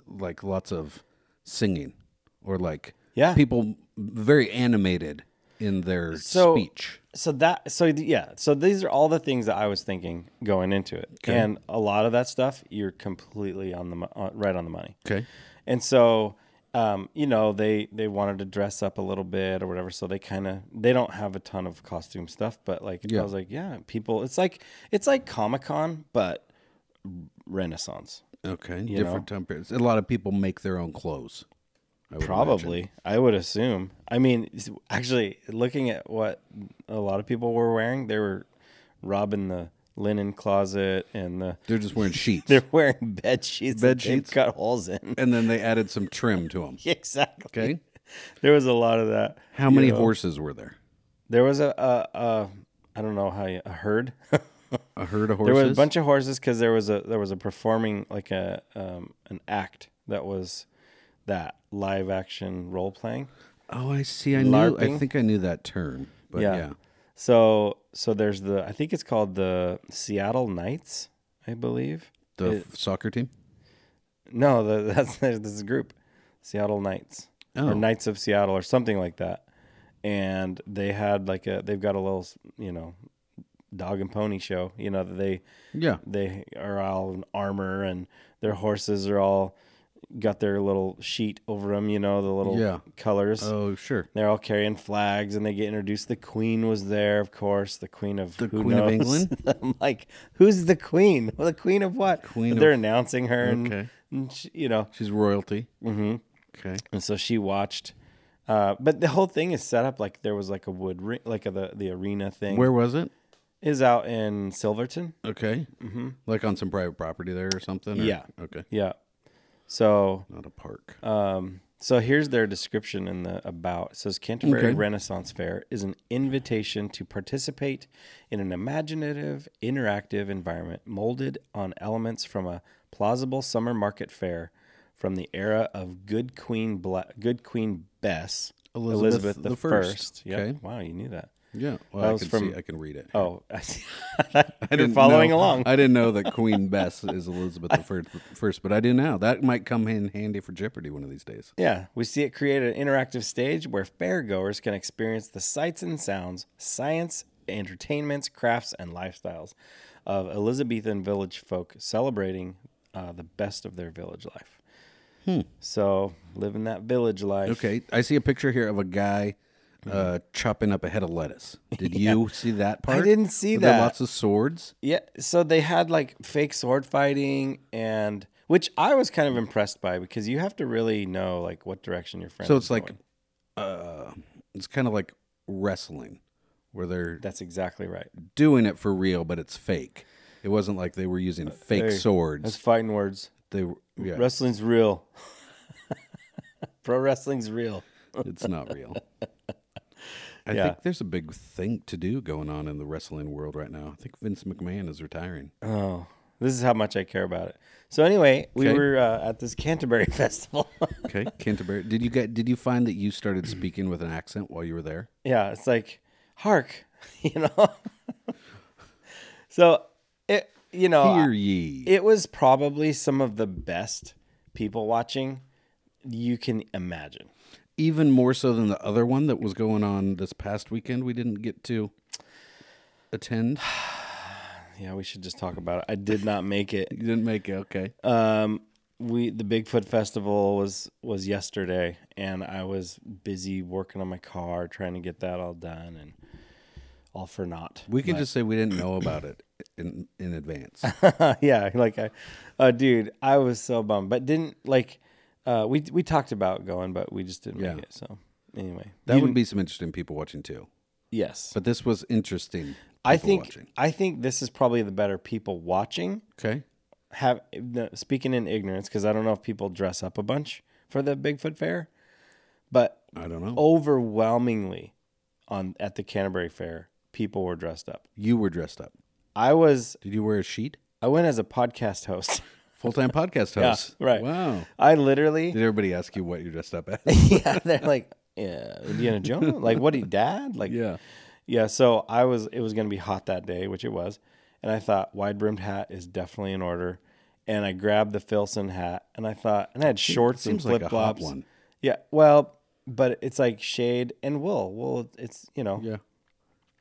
Speaker 2: like lots of singing or like
Speaker 1: Yeah.
Speaker 2: people very animated in their
Speaker 1: So-
Speaker 2: speech.
Speaker 1: so that so th- yeah, so these are all the things that I was thinking going into it, and a lot of that stuff you're completely on the mo- on, right on the money.
Speaker 2: Okay.
Speaker 1: And so, um, you know, they they wanted to dress up a little bit or whatever. So they kind of they don't have a ton of costume stuff, but like I was like, yeah, people. It's like it's like Comic Con, but Renaissance.
Speaker 2: Okay. different time periods. A lot of people make their own clothes. I would imagine.
Speaker 1: Probably, I would assume. I mean, s- actually, looking at what a lot of people were wearing, they were robbing the linen closet and the [laughs]
Speaker 2: They're just wearing sheets.
Speaker 1: they're wearing bed sheets.
Speaker 2: Bed
Speaker 1: that they've
Speaker 2: sheets?
Speaker 1: cut holes in. [laughs]
Speaker 2: and then they added some trim to them.
Speaker 1: exactly.
Speaker 2: Okay.
Speaker 1: [laughs] There was a lot of that.
Speaker 2: How many horses were there?
Speaker 1: There was a, a, a I don't know how you, a herd. [laughs]
Speaker 2: A herd of horses.
Speaker 1: there was a bunch of horses because there was a there was a performing like a um, an act that was that live action role playing.
Speaker 2: Oh, I see. I knew.
Speaker 1: LARPing.
Speaker 2: I think I knew that term. But yeah.
Speaker 1: Yeah. So so there's the I think it's called the Seattle Knights, I believe.
Speaker 2: the f- soccer team.
Speaker 1: No, the, [laughs] that's there's this group, Seattle Knights
Speaker 2: Oh.
Speaker 1: or Knights of Seattle or something like that. And they had like a they've got a little you know dog and pony show you know that they
Speaker 2: Yeah.
Speaker 1: they are all in armor and their horses are all got their little sheet over them you know the little
Speaker 2: Yeah.
Speaker 1: colors
Speaker 2: Oh, sure.
Speaker 1: they're all carrying flags and they get introduced the queen was there of course the queen of the
Speaker 2: Queen of England?
Speaker 1: [laughs] i'm like who's the queen well the queen of what
Speaker 2: Queen
Speaker 1: But they're
Speaker 2: of-
Speaker 1: announcing her and,
Speaker 2: Okay.
Speaker 1: and she, you know
Speaker 2: She's royalty. Mm-hmm. Okay.
Speaker 1: and so she watched uh, but the whole thing is set up like there was like a wood ring like a, the, the arena thing
Speaker 2: Where was it?
Speaker 1: is out in silverton
Speaker 2: Okay. Mm-hmm. Like on some private property there or something. or-
Speaker 1: Yeah.
Speaker 2: Okay.
Speaker 1: yeah so
Speaker 2: Not a park.
Speaker 1: Um, so here's their description in the about. It says Canterbury
Speaker 2: Okay.
Speaker 1: Renaissance Fair is an invitation to participate in an imaginative, interactive environment molded on elements from a plausible summer market fair from the era of Good Queen Bla- Good Queen Bess
Speaker 2: Elizabeth the
Speaker 1: the
Speaker 2: First.
Speaker 1: Yep.
Speaker 2: Okay.
Speaker 1: Wow, you knew that.
Speaker 2: Yeah,
Speaker 1: That
Speaker 2: well, I
Speaker 1: was
Speaker 2: can
Speaker 1: from-
Speaker 2: see. I can read it.
Speaker 1: Oh, [laughs] I
Speaker 2: I
Speaker 1: you're
Speaker 2: didn't
Speaker 1: following
Speaker 2: know-
Speaker 1: along.
Speaker 2: I didn't know that Queen Bess is Elizabeth the first, first, but I do now. That might come in handy for Jeopardy one of these days.
Speaker 1: Yeah, we see it create an interactive stage where fairgoers can experience the sights and sounds, science, entertainments, crafts, and lifestyles of Elizabethan village folk celebrating uh, the best of their village life. So, living that village life.
Speaker 2: Hmm. Okay, I see a picture here of a guy
Speaker 1: Mm-hmm.
Speaker 2: uh, chopping up a head of lettuce. Did
Speaker 1: [laughs]
Speaker 2: you see that part?
Speaker 1: didn't see
Speaker 2: Were there
Speaker 1: that.
Speaker 2: lots of swords.
Speaker 1: Yeah, so they had like fake sword fighting and which I was kind of impressed by because you have to really know like what direction your friend
Speaker 2: So
Speaker 1: is
Speaker 2: it's like,
Speaker 1: going.
Speaker 2: uh, it's kind of like wrestling, where they're
Speaker 1: that's exactly right.
Speaker 2: doing it for real, but it's fake. It wasn't like they were using fake
Speaker 1: Uh, Hey, That's
Speaker 2: swords.
Speaker 1: fighting words.
Speaker 2: They were, yeah,
Speaker 1: Wrestling's real. [laughs] Pro wrestling's real.
Speaker 2: it's
Speaker 1: [laughs]
Speaker 2: not real. I
Speaker 1: Yeah.
Speaker 2: think there's a big thing to do going on in the wrestling world right now. I think Vince McMahon is retiring.
Speaker 1: Oh, this is how much I care about it. So anyway, we
Speaker 2: Okay.
Speaker 1: were uh, at this Canterbury [laughs] festival.
Speaker 2: Okay, [laughs] Canterbury. Did you get? Did you find that you started speaking with an accent while you were there?
Speaker 1: yeah, it's like hark, [laughs] you know. so it, you know, Oh, I-
Speaker 2: Hear ye.
Speaker 1: it was probably some of the best people watching you can imagine.
Speaker 2: even more so than the other one that was going on this past weekend we didn't get to attend
Speaker 1: Yeah, we should just talk about it. I did not make it.
Speaker 2: you didn't make it okay
Speaker 1: Um, we the Bigfoot Festival was was yesterday, and I was busy working on my car, trying to get that all done, and all for naught.
Speaker 2: we can just say we didn't know about it in in advance
Speaker 1: [laughs] yeah, like I, uh, dude, I was so bummed, but didn't like. Uh, we we talked about going, but we just didn't
Speaker 2: Yeah.
Speaker 1: make it. So anyway,
Speaker 2: that would be some interesting people watching too
Speaker 1: yes,
Speaker 2: but this was interesting
Speaker 1: I
Speaker 2: people
Speaker 1: think
Speaker 2: watching.
Speaker 1: I think this is probably the better people watching
Speaker 2: okay
Speaker 1: have no, speaking in ignorance because I don't know if people dress up a bunch for the Bigfoot Fair, but
Speaker 2: i don't know
Speaker 1: Oh. overwhelmingly on at the Canterbury Fair, people were dressed up.
Speaker 2: you were dressed up
Speaker 1: I was
Speaker 2: did you wear a sheet
Speaker 1: I went as a podcast host. [laughs]
Speaker 2: full-time podcast host
Speaker 1: right.
Speaker 2: wow
Speaker 1: I literally
Speaker 2: did everybody ask you what you're dressed up
Speaker 1: [laughs]
Speaker 2: as
Speaker 1: yeah, they're like yeah, Indiana
Speaker 2: [laughs]
Speaker 1: Jones, like what he dad, like
Speaker 2: yeah
Speaker 1: yeah. So I was it was gonna be hot that day, which it was, and I thought wide brimmed hat is definitely in order. And I grabbed the Filson hat, and I thought, and I had shorts
Speaker 2: seems
Speaker 1: and
Speaker 2: like a
Speaker 1: flip
Speaker 2: hot
Speaker 1: flops.
Speaker 2: one
Speaker 1: Yeah, well, but it's like shade and wool. Wool, it's you know,
Speaker 2: yeah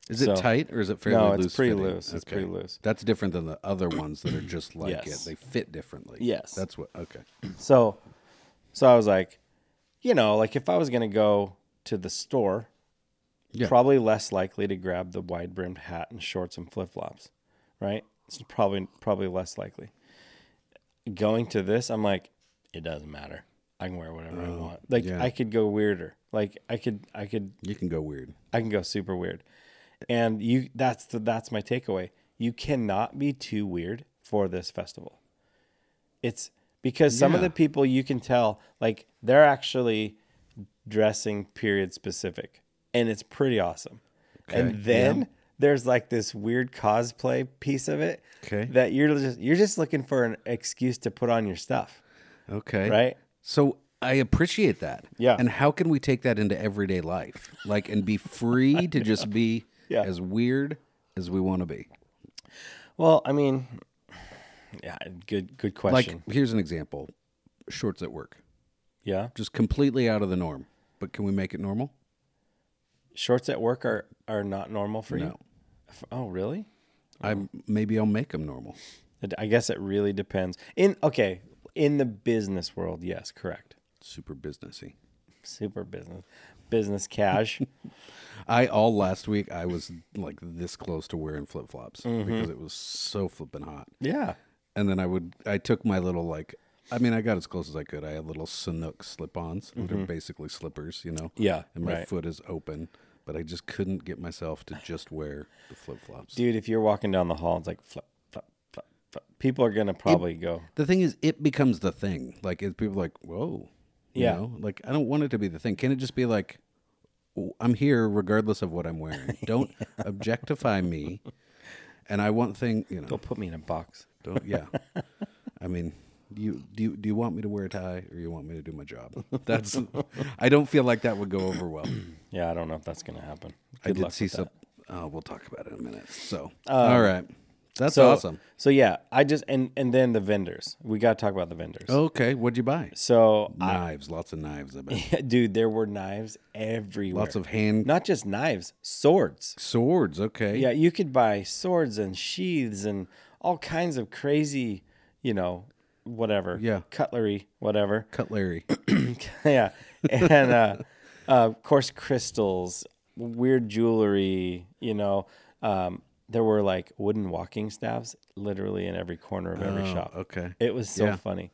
Speaker 2: is it
Speaker 1: So-
Speaker 2: tight or is it fairly
Speaker 1: no,
Speaker 2: loose?
Speaker 1: it's pretty
Speaker 2: fitting?
Speaker 1: loose. It's pretty loose.
Speaker 2: That's different than the other ones
Speaker 1: [clears throat]
Speaker 2: that are just like
Speaker 1: Yes.
Speaker 2: it. They fit differently.
Speaker 1: Yes.
Speaker 2: That's what. Okay.
Speaker 1: So, so I was like, you know, like if I was gonna go to the store,
Speaker 2: Yeah.
Speaker 1: probably less likely to grab the wide brimmed hat and shorts and flip flops, right? It's probably probably less likely. Going to this, I'm like, it doesn't matter. I can wear whatever I want. Like
Speaker 2: Oh, yeah.
Speaker 1: I could go weirder. Like I could I could
Speaker 2: You can go weird.
Speaker 1: I can go super weird. And you that's the that's my takeaway. You cannot be too weird for this festival. It's because some of
Speaker 2: Yeah.
Speaker 1: the people you can tell like they're actually dressing period specific and it's pretty awesome.
Speaker 2: Okay,
Speaker 1: And then there's like this weird cosplay piece of it
Speaker 2: Okay.
Speaker 1: that you're just you're just looking for an excuse to put on your stuff,
Speaker 2: Okay.
Speaker 1: right?
Speaker 2: So I appreciate that.
Speaker 1: Yeah.
Speaker 2: And how can we take that into everyday life? Like, and be
Speaker 1: [laughs]
Speaker 2: free to just be
Speaker 1: Yeah.
Speaker 2: as weird as we want to be.
Speaker 1: Well, I mean yeah, good good
Speaker 2: Like,
Speaker 1: question.
Speaker 2: here's an example shorts at work,
Speaker 1: yeah.
Speaker 2: just completely out of the norm. But can we make it normal?
Speaker 1: shorts at work are are not normal for you.
Speaker 2: No.
Speaker 1: F- Oh, really?
Speaker 2: I'm maybe I'll make them normal.
Speaker 1: It- I guess it really depends. In okay, in the business world, yes, correct.
Speaker 2: Super businessy.
Speaker 1: Super business, business
Speaker 2: [laughs]
Speaker 1: cash.
Speaker 2: I all last week I was like this close to wearing flip flops because it was so flippin' hot.
Speaker 1: yeah.
Speaker 2: And then I would I took my little like I mean I got as close as I could. I had little Sanook slip ons, which are basically slippers, you know.
Speaker 1: Yeah,
Speaker 2: And my
Speaker 1: right.
Speaker 2: foot is open, but I just couldn't get myself to just wear the flip flops.
Speaker 1: Dude, if you're walking down the hall, it's like flip, flip, flip, flip. People are gonna probably go.
Speaker 2: The thing is, it becomes the thing. Like it's people like, whoa, you
Speaker 1: Yeah.
Speaker 2: know? Like I don't want it to be the thing. Can it just be like, "Oh, I'm here regardless of what
Speaker 1: [laughs]
Speaker 2: I'm wearing. Don't objectify me. And I want thing, you know.
Speaker 1: Don't put me in a box.
Speaker 2: Don't yeah. I mean, do you do you, do you want me to wear a tie or you want me to do my job?
Speaker 1: [laughs]
Speaker 2: That's I don't feel like that would go over well.
Speaker 1: Yeah, I don't know if that's gonna happen.
Speaker 2: I
Speaker 1: Good
Speaker 2: did
Speaker 1: luck
Speaker 2: see
Speaker 1: with that. Um,
Speaker 2: some Oh, we'll talk about it in a minute. So, all right, that's
Speaker 1: So,
Speaker 2: awesome.
Speaker 1: So yeah, I just and and then the vendors. We got to talk about the vendors.
Speaker 2: Okay, what'd you buy?
Speaker 1: So, [laughs]
Speaker 2: Knives, lots of knives. I bet.
Speaker 1: I, dude, there were knives everywhere.
Speaker 2: lots of hand
Speaker 1: not just knives, swords.
Speaker 2: swords. Okay,
Speaker 1: Yeah, you could buy swords and sheaths and all kinds of crazy, you know, whatever.
Speaker 2: Yeah.
Speaker 1: cutlery, whatever. [laughs] [coughs]
Speaker 2: cutlery.
Speaker 1: yeah, and uh, uh, of course crystals, weird jewelry. You know, um, there were like wooden walking staffs literally in every corner of every shop.
Speaker 2: okay.
Speaker 1: It um, was so
Speaker 2: Oh. Yeah.
Speaker 1: funny.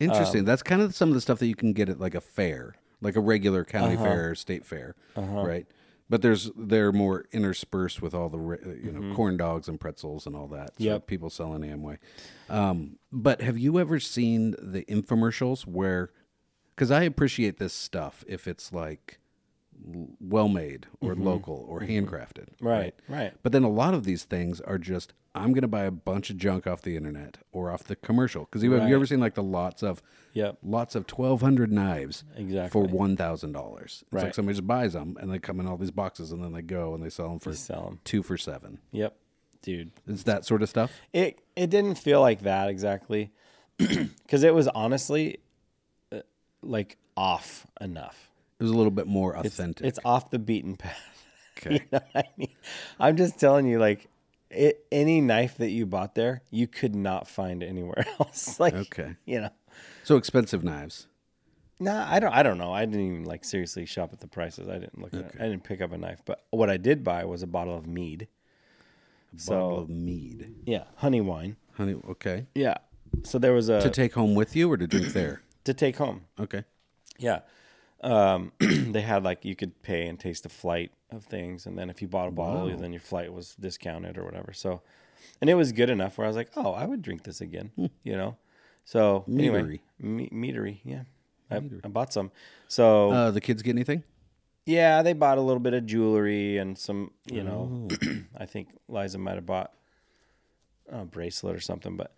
Speaker 2: Interesting. That's kind of some of the stuff that you can get at like a fair, like a regular county
Speaker 1: Uh-huh.
Speaker 2: fair or state fair, right? But there's they're more interspersed with all the ri- uh, you know corn dogs and pretzels and all that.
Speaker 1: Mm-hmm.
Speaker 2: So
Speaker 1: Yep.
Speaker 2: people selling Amway. Um, but have you ever seen the infomercials where? Because I appreciate this stuff if it's like well made or local or handcrafted,
Speaker 1: Mm-hmm. Right, right.
Speaker 2: but then a lot of these things are just I'm going to buy a bunch of junk off the internet or off the commercial because you have you ever seen like the lots of
Speaker 1: Yep.
Speaker 2: lots of 1,200 knives
Speaker 1: Exactly.
Speaker 2: for one thousand dollars. It's
Speaker 1: Right.
Speaker 2: like somebody just buys them and they come in all these boxes and then they go and they sell them for
Speaker 1: Sell 'em.
Speaker 2: two for seven.
Speaker 1: Yep, dude.
Speaker 2: It's that sort of stuff.
Speaker 1: It it didn't feel like that exactly, [clears throat] because it was honestly, uh, like off enough.
Speaker 2: It was a little bit more authentic.
Speaker 1: It's off the beaten [laughs] path.
Speaker 2: okay.
Speaker 1: You know what I mean? I'm just telling you, like, it, any knife that you bought there, you could not find anywhere [laughs] else. Like,
Speaker 2: Okay.
Speaker 1: you know,
Speaker 2: So expensive knives.
Speaker 1: nah, I don't, I don't know. I didn't even like seriously shop at the prices. I didn't look. At it. I didn't pick up a knife, but what I did buy was a bottle of mead. so
Speaker 2: Bottle of mead.
Speaker 1: yeah, honey wine.
Speaker 2: Honey. Okay.
Speaker 1: Yeah. So there was a
Speaker 2: To take home with you or to drink there.
Speaker 1: to take home.
Speaker 2: Okay.
Speaker 1: Yeah. Um, [clears throat] they had like you could pay and taste the flight of things, and then if you bought a bottle, then your flight was discounted or whatever. So, and it was good enough where I was like, oh, I would drink this again, you know. So anyway, me- meadery, yeah, I, I bought some. So
Speaker 2: Uh, the kids get anything?
Speaker 1: yeah, they bought a little bit of jewelry and some, you know, [clears throat] I think Liza might have bought a bracelet or something, but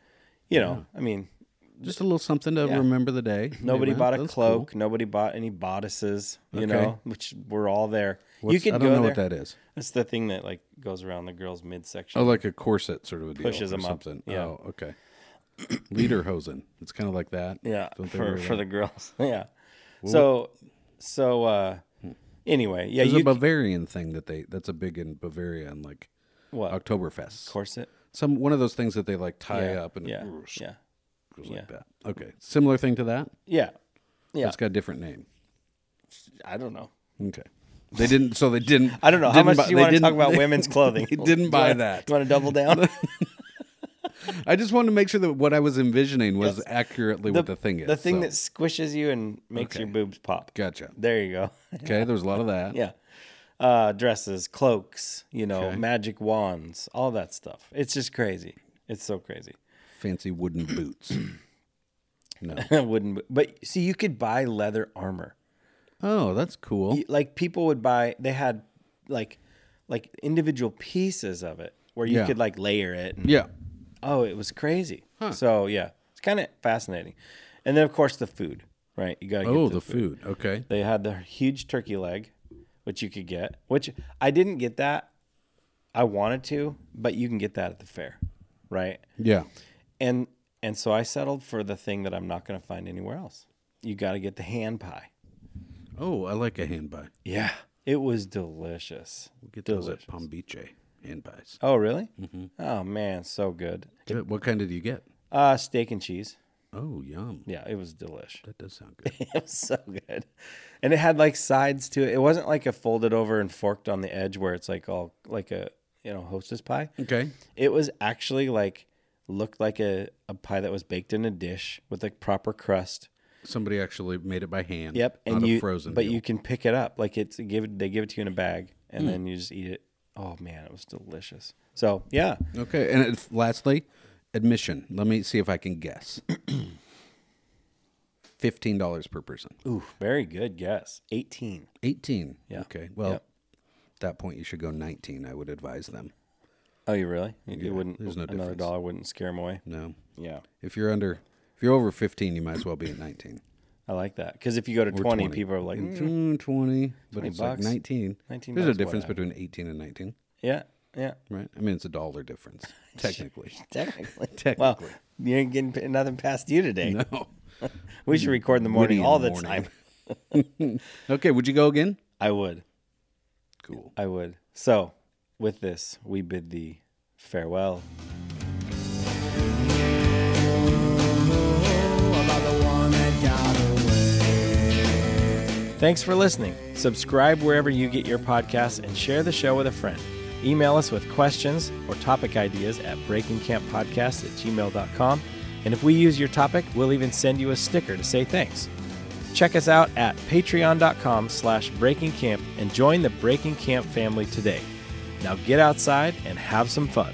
Speaker 1: you know, I mean,
Speaker 2: Just a little something to remember the day.
Speaker 1: Nobody
Speaker 2: Anyway,
Speaker 1: bought a
Speaker 2: that's
Speaker 1: cloak. Nobody bought any bodices. You
Speaker 2: Okay.
Speaker 1: know, which were all there. you
Speaker 2: What's-
Speaker 1: could
Speaker 2: I don't
Speaker 1: go
Speaker 2: know
Speaker 1: there.
Speaker 2: what that is.
Speaker 1: That's the thing that like goes around the girl's midsection.
Speaker 2: Oh, like a corset sort of a deal.
Speaker 1: Pushes
Speaker 2: or
Speaker 1: 'em up,
Speaker 2: something.
Speaker 1: yeah.
Speaker 2: Oh, okay. [clears throat] Lederhosen. It's kind of like that.
Speaker 1: yeah,
Speaker 2: Don't they
Speaker 1: for
Speaker 2: wear
Speaker 1: for the girls. [laughs] yeah. So, so uh, anyway, yeah,
Speaker 2: There's a
Speaker 1: you
Speaker 2: Bavarian thing that they that's a big in Bavaria and like
Speaker 1: what
Speaker 2: Oktoberfest.
Speaker 1: corset?
Speaker 2: Some one of those things that they like tie
Speaker 1: Yeah,
Speaker 2: up and
Speaker 1: yeah,
Speaker 2: ooh, sh-
Speaker 1: yeah,
Speaker 2: goes
Speaker 1: yeah.
Speaker 2: like that. Okay. Similar thing to that?
Speaker 1: yeah. Yeah.
Speaker 2: It's got a different name.
Speaker 1: I don't
Speaker 2: [laughs]
Speaker 1: know.
Speaker 2: Okay. They didn't so they didn't
Speaker 1: [laughs] I don't know how
Speaker 2: didn't
Speaker 1: much
Speaker 2: buy-
Speaker 1: do you
Speaker 2: [laughs] they
Speaker 1: want to talk
Speaker 2: didn't-
Speaker 1: about women's clothing.
Speaker 2: They didn't buy that.
Speaker 1: You want to double down?
Speaker 2: I just wanted to make sure that what I was envisioning was accurately what [laughs] the thing is.
Speaker 1: the thing
Speaker 2: so-
Speaker 1: that squishes you and makes your boobs pop.
Speaker 2: Gotcha.
Speaker 1: There you go.
Speaker 2: Okay, there was a lot of that.
Speaker 1: Yeah. Uh, dresses, cloaks, you know, magic wands, all that stuff. It's just crazy. It's so crazy. [laughs]
Speaker 2: Fancy wooden boots. [clears throat] no.
Speaker 1: Wooden, bo- but see, you could buy leather armor.
Speaker 2: Oh, that's cool.
Speaker 1: You- Like people would buy. They had like like individual pieces of it where you
Speaker 2: Yeah.
Speaker 1: could like layer it. And,
Speaker 2: Yeah.
Speaker 1: Oh, it was crazy. So yeah, it's kind of fascinating. And then of course the food, right? You gotta. Get
Speaker 2: Oh,
Speaker 1: the
Speaker 2: the food. Okay.
Speaker 1: They had the huge turkey leg, which you could get, which I didn't get that. I wanted to, but you can get that at the fair, right?
Speaker 2: Yeah.
Speaker 1: And and so I settled for the thing that I'm not going to find anywhere else. You got to get the hand pie.
Speaker 2: Oh, I like a hand pie.
Speaker 1: Yeah, it was delicious.
Speaker 2: We'll get those at Palm Beach eh, hand pies.
Speaker 1: Oh, really? Oh man, so good.
Speaker 2: Good. What kind did you get?
Speaker 1: Uh steak and cheese.
Speaker 2: Oh, yum.
Speaker 1: Yeah, it was delish. [laughs]
Speaker 2: That does sound good.
Speaker 1: It was so good. And it had like sides to it. It wasn't like a folded over and forked on the edge where it's like all like a, you know, hostess pie.
Speaker 2: okay.
Speaker 1: It was actually like looked like a, a pie that was baked in a dish with a proper crust.
Speaker 2: Somebody actually made it by hand.
Speaker 1: Yep, and
Speaker 2: not
Speaker 1: you
Speaker 2: a frozen.
Speaker 1: but
Speaker 2: deal.
Speaker 1: you can pick it up like it's give it, they give it to you in a bag and then you just eat it. Oh man, it was delicious. So yeah,
Speaker 2: Okay. And if, lastly, admission. Let me see if I can guess. [clears throat] Fifteen dollars per person.
Speaker 1: ooh, very good guess. Eighteen.
Speaker 2: Eighteen.
Speaker 1: Yeah.
Speaker 2: Okay. Well,
Speaker 1: Yep.
Speaker 2: at that point you should go nineteen. I would advise them.
Speaker 1: Oh, you really? You, you wouldn't.
Speaker 2: there's no
Speaker 1: another
Speaker 2: difference.
Speaker 1: dollar wouldn't scare them away.
Speaker 2: No.
Speaker 1: Yeah,
Speaker 2: If you're under, if you're over fifteen, you might as well be at nineteen.
Speaker 1: I like that because if you go to 20,
Speaker 2: 20.
Speaker 1: people are like,
Speaker 2: Mm, 20, but it's
Speaker 1: bucks.
Speaker 2: like 19.
Speaker 1: 19
Speaker 2: There's
Speaker 1: bucks,
Speaker 2: a difference
Speaker 1: whatever.
Speaker 2: between 18 and 19.
Speaker 1: yeah, yeah.
Speaker 2: right? I mean, it's a dollar difference technically.
Speaker 1: [laughs] Technically,
Speaker 2: [laughs] Technically.
Speaker 1: Well, you ain't getting pa- nothing past you today.
Speaker 2: no.
Speaker 1: We should record in the
Speaker 2: Witty
Speaker 1: morning
Speaker 2: in
Speaker 1: all
Speaker 2: the
Speaker 1: the,
Speaker 2: morning.
Speaker 1: time. [laughs]
Speaker 2: [laughs] Okay, would you go again?
Speaker 1: I would,
Speaker 2: Cool.
Speaker 1: I would. So, with this, we bid thee farewell.
Speaker 3: about the one that got
Speaker 1: Thanks for listening. Subscribe wherever you get your podcasts and share the show with a friend. Email us with questions or topic ideas at breakingcamppodcast at gmail.com. And if we use your topic, we'll even send you a sticker to say thanks. Check us out at patreon.com slash breakingcamp and join the Breaking Camp family today. Now get outside and have some fun.